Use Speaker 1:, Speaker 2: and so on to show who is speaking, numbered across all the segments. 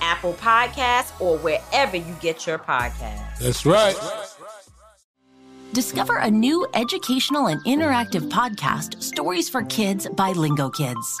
Speaker 1: Apple Podcasts, or wherever you get your podcasts.
Speaker 2: That's right.
Speaker 3: Discover a new educational and interactive podcast, Stories for Kids by Lingo Kids.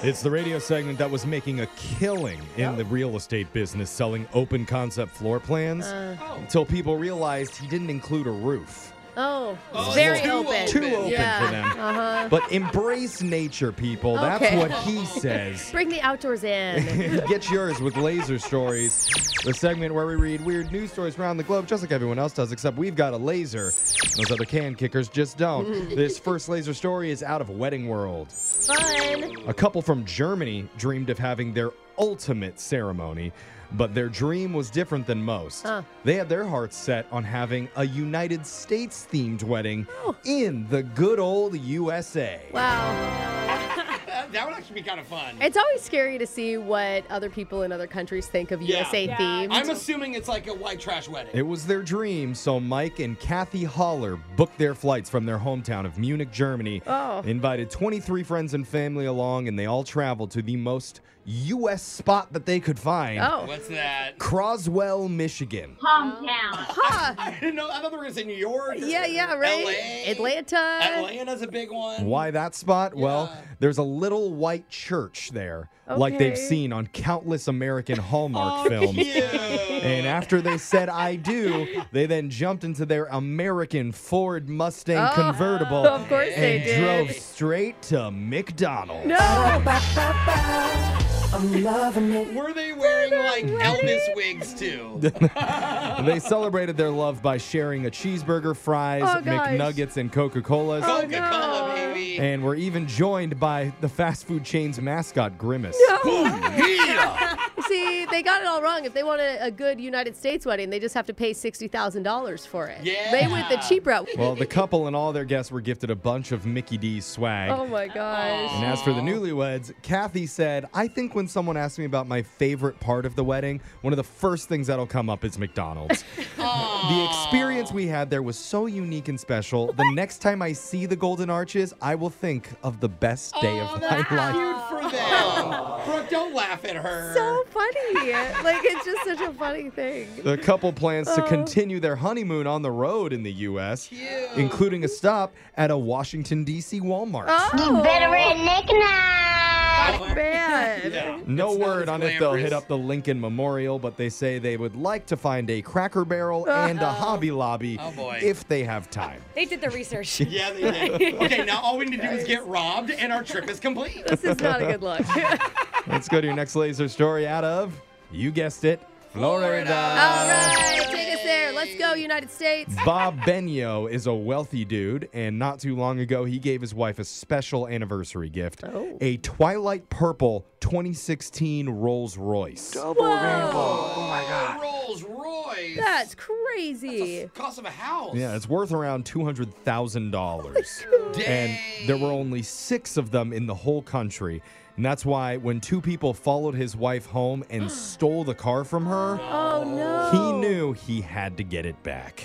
Speaker 4: It's the radio segment that was making a killing in the real estate business selling open concept floor plans
Speaker 5: Uh.
Speaker 4: until people realized he didn't include a roof.
Speaker 5: Oh, it's very
Speaker 4: too
Speaker 5: open.
Speaker 4: Too open
Speaker 5: Yeah.
Speaker 4: for them.
Speaker 5: Uh-huh.
Speaker 4: But embrace nature, people. That's
Speaker 5: Okay.
Speaker 4: what he says.
Speaker 5: Bring the outdoors in.
Speaker 4: Get yours with Laser Stories, the segment where we read weird news stories around the globe, just like everyone else does, except we've got a laser. Those other can kickers just don't. this first laser story is out of Wedding World.
Speaker 5: Fun.
Speaker 4: A couple from Germany dreamed of having their ultimate ceremony, but their dream was different than most. They had their hearts set on having a United States themed wedding in the good old USA.
Speaker 5: Wow.
Speaker 2: That would actually be kind of fun.
Speaker 5: It's always scary to see what other people in other countries think of
Speaker 2: Yeah.
Speaker 5: USA
Speaker 2: Yeah.
Speaker 5: themed.
Speaker 2: I'm assuming it's like a white trash wedding.
Speaker 4: It was their dream, so Mike and Kathy Holler booked their flights from their hometown of Munich, Germany,
Speaker 5: Oh.
Speaker 4: invited 23 friends and family along, and they all traveled to the most US spot that they could find
Speaker 5: oh.
Speaker 2: What's that?
Speaker 4: Croswell, Michigan.
Speaker 5: Huh.
Speaker 2: I didn't know. I thought they were in New York. or
Speaker 5: Yeah, yeah, right?
Speaker 2: LA.
Speaker 5: Atlanta.
Speaker 2: Atlanta's a big one.
Speaker 4: Why that spot? Well, there's a little white church there, like they've
Speaker 5: Okay.
Speaker 4: seen on countless American Hallmark
Speaker 2: Oh,
Speaker 4: films.
Speaker 2: cute.
Speaker 4: And after they said I do, they then jumped into their American Ford Mustang
Speaker 5: Oh,
Speaker 4: convertible
Speaker 5: of course they
Speaker 4: and
Speaker 5: did.
Speaker 4: drove straight to McDonald's.
Speaker 5: No.
Speaker 2: Were they wearing like Elvis wigs too?
Speaker 4: They celebrated their love by sharing a cheeseburger, fries,
Speaker 5: Oh, gosh. Oh,
Speaker 4: McNuggets, and Coca-Colas.
Speaker 2: Coca-Cola, baby.
Speaker 4: And were even joined by the fast food chain's mascot, Grimace.
Speaker 5: See, they got it all wrong. If they want a, a good United States wedding, they just have to pay $60,000 for it.
Speaker 2: Yeah.
Speaker 5: They went the cheap route.
Speaker 4: Well, the couple and all their guests were gifted a bunch of Mickey D's swag.
Speaker 5: Oh my gosh.
Speaker 4: And as for the newlyweds, Kathy said, I think when someone asks me about my favorite part of the wedding, one of the first things that'll come up is McDonald's. the experience we had there was so unique and special. The next time I see the Golden Arches, I will think of the best day
Speaker 2: Oh,
Speaker 4: of my
Speaker 2: that's
Speaker 4: life.
Speaker 2: cute for them. Brooke, don't laugh at her.
Speaker 5: So funny. like, it's just such a funny thing.
Speaker 4: The couple plans
Speaker 2: Oh.
Speaker 4: to continue their honeymoon on the road in the U.S., including a stop at a Washington, D.C. Walmart.
Speaker 5: Oh.
Speaker 6: Better redneck now.
Speaker 5: bad.
Speaker 4: No word on if they'll hit
Speaker 5: glamorous.
Speaker 4: up the Lincoln Memorial, but they say they would like to find a Cracker Barrel and a
Speaker 7: Uh-oh.
Speaker 4: Hobby Lobby
Speaker 7: Oh, boy.
Speaker 4: if they have time.
Speaker 7: They did the research.
Speaker 4: Yeah,
Speaker 2: they did. Okay, now all we need to do is get robbed, and our trip is complete.
Speaker 4: This is not a good
Speaker 5: look.
Speaker 4: Let's go to your next laser story out of, you guessed it, Florida.
Speaker 2: Oh.
Speaker 5: All right, take us there. Let's go, United States.
Speaker 4: Bob Benio is a wealthy dude, and not too long ago, he gave his wife a special anniversary gift
Speaker 2: Oh.
Speaker 4: a Twilight Purple 2016 Rolls Royce.
Speaker 5: Double Whoa. rainbow.
Speaker 2: Oh my God. Rolls Royce.
Speaker 5: That's crazy.
Speaker 2: cost of a house.
Speaker 4: Yeah, it's worth around $200,000. and there were only six of them in the whole country. And that's why when two people followed his wife home and stole the car from her,
Speaker 5: Oh no.
Speaker 4: he knew he had to get it back.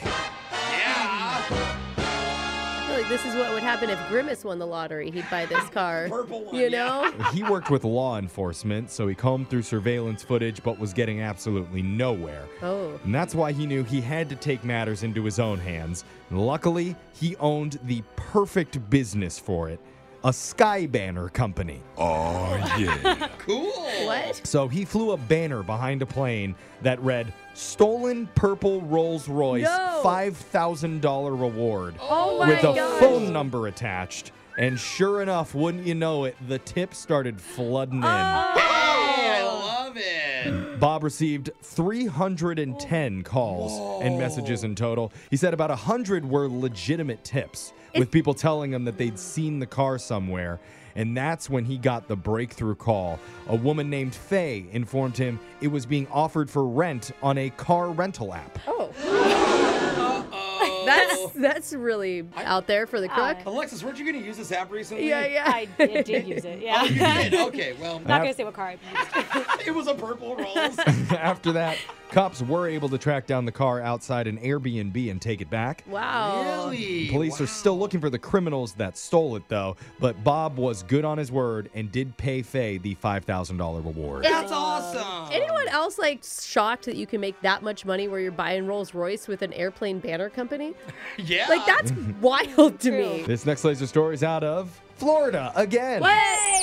Speaker 5: I feel like this is what would happen if Grimace won the lottery. He'd buy this car. Purple one. You know?
Speaker 4: he worked with law enforcement, so he combed through surveillance footage but was getting absolutely nowhere.
Speaker 5: Oh.
Speaker 4: And that's why he knew he had to take matters into his own hands. Luckily, he owned the perfect business for it a sky banner company. Oh, yeah.
Speaker 2: cool.
Speaker 5: What?
Speaker 4: so he flew a banner behind a plane that read, Stolen Purple Rolls Royce
Speaker 5: No.
Speaker 4: $5,000 reward
Speaker 5: Oh my
Speaker 4: with a
Speaker 5: gosh.
Speaker 4: phone number attached. And sure enough, wouldn't you know it, the tips started flooding in.
Speaker 5: Oh.
Speaker 2: I love it.
Speaker 4: Bob received 310 calls and messages in total. He said about 100 were legitimate tips, with people telling him that they'd seen the car somewhere. And that's when he got the breakthrough call. A woman named Faye informed him it was being offered for rent on a car rental app.
Speaker 5: That's that's really out there for the crook.
Speaker 2: Alexis, weren't you going to use this app recently?
Speaker 5: Yeah, yeah. I did- did use it, yeah.
Speaker 2: Oh, you did? Okay, well.
Speaker 4: Not gonna say
Speaker 2: what car I used. it was a purple roll.
Speaker 4: After that, cops were able to track down the car outside an Airbnb and take it back.
Speaker 5: Wow.
Speaker 4: Police are still looking for the criminals that stole it, though. But Bob was good on his word and did pay Faye the $5,000 reward.
Speaker 5: That's awesome. Anyone else like shocked that you can make that much money where you're buying Rolls Royce with an airplane banner company?
Speaker 2: Yeah.
Speaker 5: Like that's wild to me.
Speaker 4: This next laser story is out of Florida again.
Speaker 2: Wow,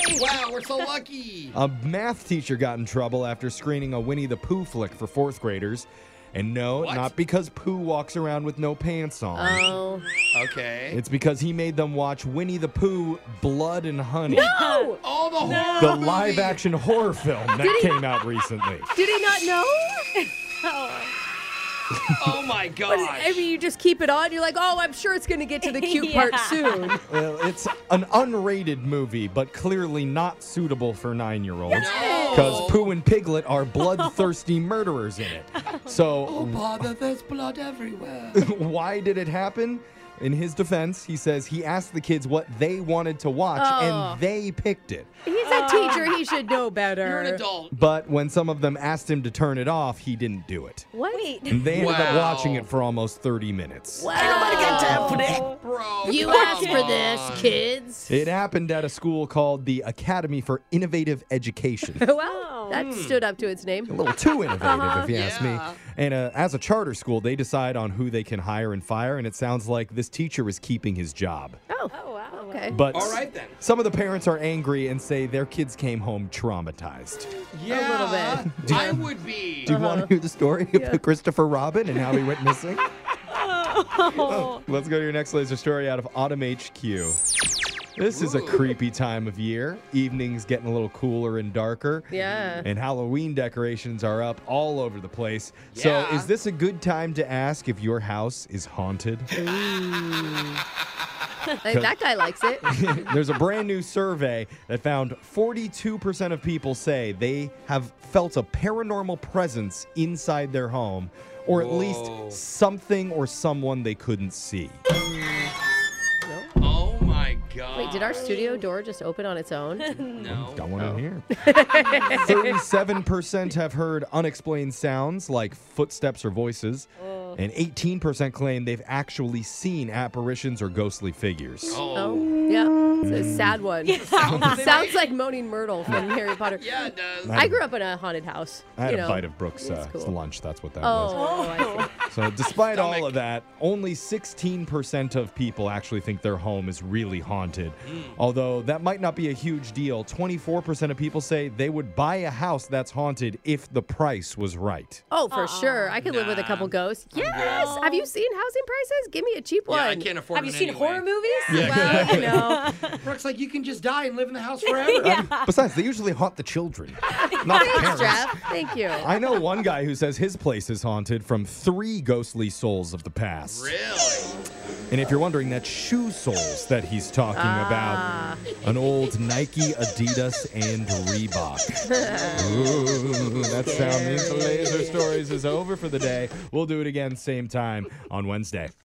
Speaker 2: we're so lucky.
Speaker 4: A math teacher got in trouble after screening a Winnie the Pooh flick for fourth graders. And no, not because Pooh walks around with no pants on.
Speaker 5: Oh.
Speaker 2: Okay.
Speaker 4: It's because he made them watch Winnie the Pooh, Blood and Honey.
Speaker 5: No!
Speaker 2: Oh, the
Speaker 4: The live action horror film that
Speaker 5: Did he-
Speaker 4: came out recently.
Speaker 5: Did he not know? oh.
Speaker 2: Oh my gosh.
Speaker 5: I mean, you just keep it on. You're like, oh, I'm sure it's going to get to the cute part
Speaker 2: Yeah.
Speaker 5: soon.
Speaker 4: Well, it's an unrated movie, but clearly not suitable for nine year olds.
Speaker 2: No.
Speaker 4: Because Pooh and Piglet are bloodthirsty murderers in it. So,
Speaker 2: Oh, bother, there's blood everywhere.
Speaker 4: why did it happen? In his defense, he says he asked the kids what they wanted to watch,
Speaker 5: Oh.
Speaker 4: and they picked it.
Speaker 5: He's a teacher. He should know better. Uh, You're an adult.
Speaker 4: But when some of them asked him to turn it off, he didn't do it.
Speaker 5: What? Wait.
Speaker 4: And they ended up watching it for almost 30 minutes.
Speaker 2: Bro.
Speaker 5: You
Speaker 2: come
Speaker 5: asked for this,
Speaker 2: on.
Speaker 5: kids.
Speaker 4: It happened at a school called the Academy for Innovative Education.
Speaker 5: well, that
Speaker 4: Hmm.
Speaker 5: stood up to its name.
Speaker 4: A little too innovative,
Speaker 5: Uh-huh.
Speaker 4: if you ask me. And uh, as a charter school, they decide on who they can hire and fire, and it sounds like this teacher is keeping his job.
Speaker 5: Oh. Oh, wow. Okay.
Speaker 4: But
Speaker 2: All right then.
Speaker 4: some of the parents are angry and say their kids came home traumatized.
Speaker 2: Yeah.
Speaker 5: A little Uh-huh.
Speaker 4: Do you-
Speaker 2: I would be.
Speaker 4: Do you want to hear the story
Speaker 2: Yeah.
Speaker 4: of Christopher Robin and how he went missing?
Speaker 2: Oh.
Speaker 4: Let's go to your next laser story out of Autumn HQ. This is a creepy time of year. Evenings getting a little cooler and darker.
Speaker 5: Yeah.
Speaker 4: And Halloween decorations are up all over the place. So,
Speaker 2: Yeah.
Speaker 4: is this a good time to ask if your house is haunted?
Speaker 5: Like, that guy likes it.
Speaker 4: There's a brand new survey that found 42% of people say they have felt a paranormal presence inside their home, or at
Speaker 2: Whoa.
Speaker 4: least something or someone they couldn't see.
Speaker 2: Oh my god.
Speaker 5: Wait, did our studio door just open on its own?
Speaker 2: No.
Speaker 4: Got one in here. 37% have heard unexplained sounds like footsteps or voices, and 18% claim they've actually seen apparitions or ghostly figures.
Speaker 2: Oh.
Speaker 5: Yeah, it's a sad one. Sounds, sounds like Moaning Myrtle from Harry Potter. Yeah, it does. I grew up in a haunted house.
Speaker 4: I had
Speaker 5: you
Speaker 4: a
Speaker 5: know.
Speaker 4: bite of Brooks' uh,
Speaker 5: cool.
Speaker 4: lunch. That's what that was.
Speaker 5: Oh, I see.
Speaker 4: So, despite all of that, only 16% of people actually think their home is really haunted. Although that might not be a huge deal, 24% of people say they would buy a house that's haunted if the price was right.
Speaker 5: oh, for sure. I could live with a couple ghosts. Yes. Have you seen housing prices? Give me a cheap one.
Speaker 2: Yeah, I can't afford
Speaker 5: Have
Speaker 2: it
Speaker 5: you seen
Speaker 2: anyway.
Speaker 5: horror
Speaker 2: movies?
Speaker 5: Well, you know.
Speaker 2: Brooks, like you can just die and live in the house forever.
Speaker 4: Besides, they usually haunt the children, not the parents.
Speaker 5: Thank you.
Speaker 4: I know one guy who says his place is haunted from three ghostly souls of the past.
Speaker 2: Really?
Speaker 4: And if you're wondering, that's shoe soles that he's talking
Speaker 5: Ah.
Speaker 4: about. An old Nike, Adidas, and Reebok. Ooh, that's how Ninja Laser Stories is over for the day. We'll do it again same time on Wednesday.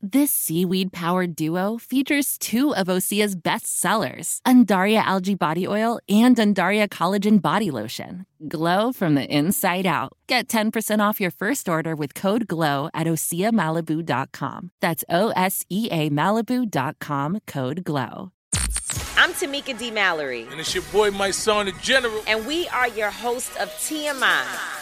Speaker 3: This seaweed powered duo features two of Osea's best sellers, Undaria Algae Body Oil and Undaria Collagen Body Lotion. Glow from the inside out. Get 10% off your first order with code GLOW at OseaMalibu.com. That's O S E A Malibu.com code GLOW.
Speaker 1: I'm Tamika D. Mallory. And
Speaker 7: it's your boy, my son, the general.
Speaker 1: And we are your host of TMI.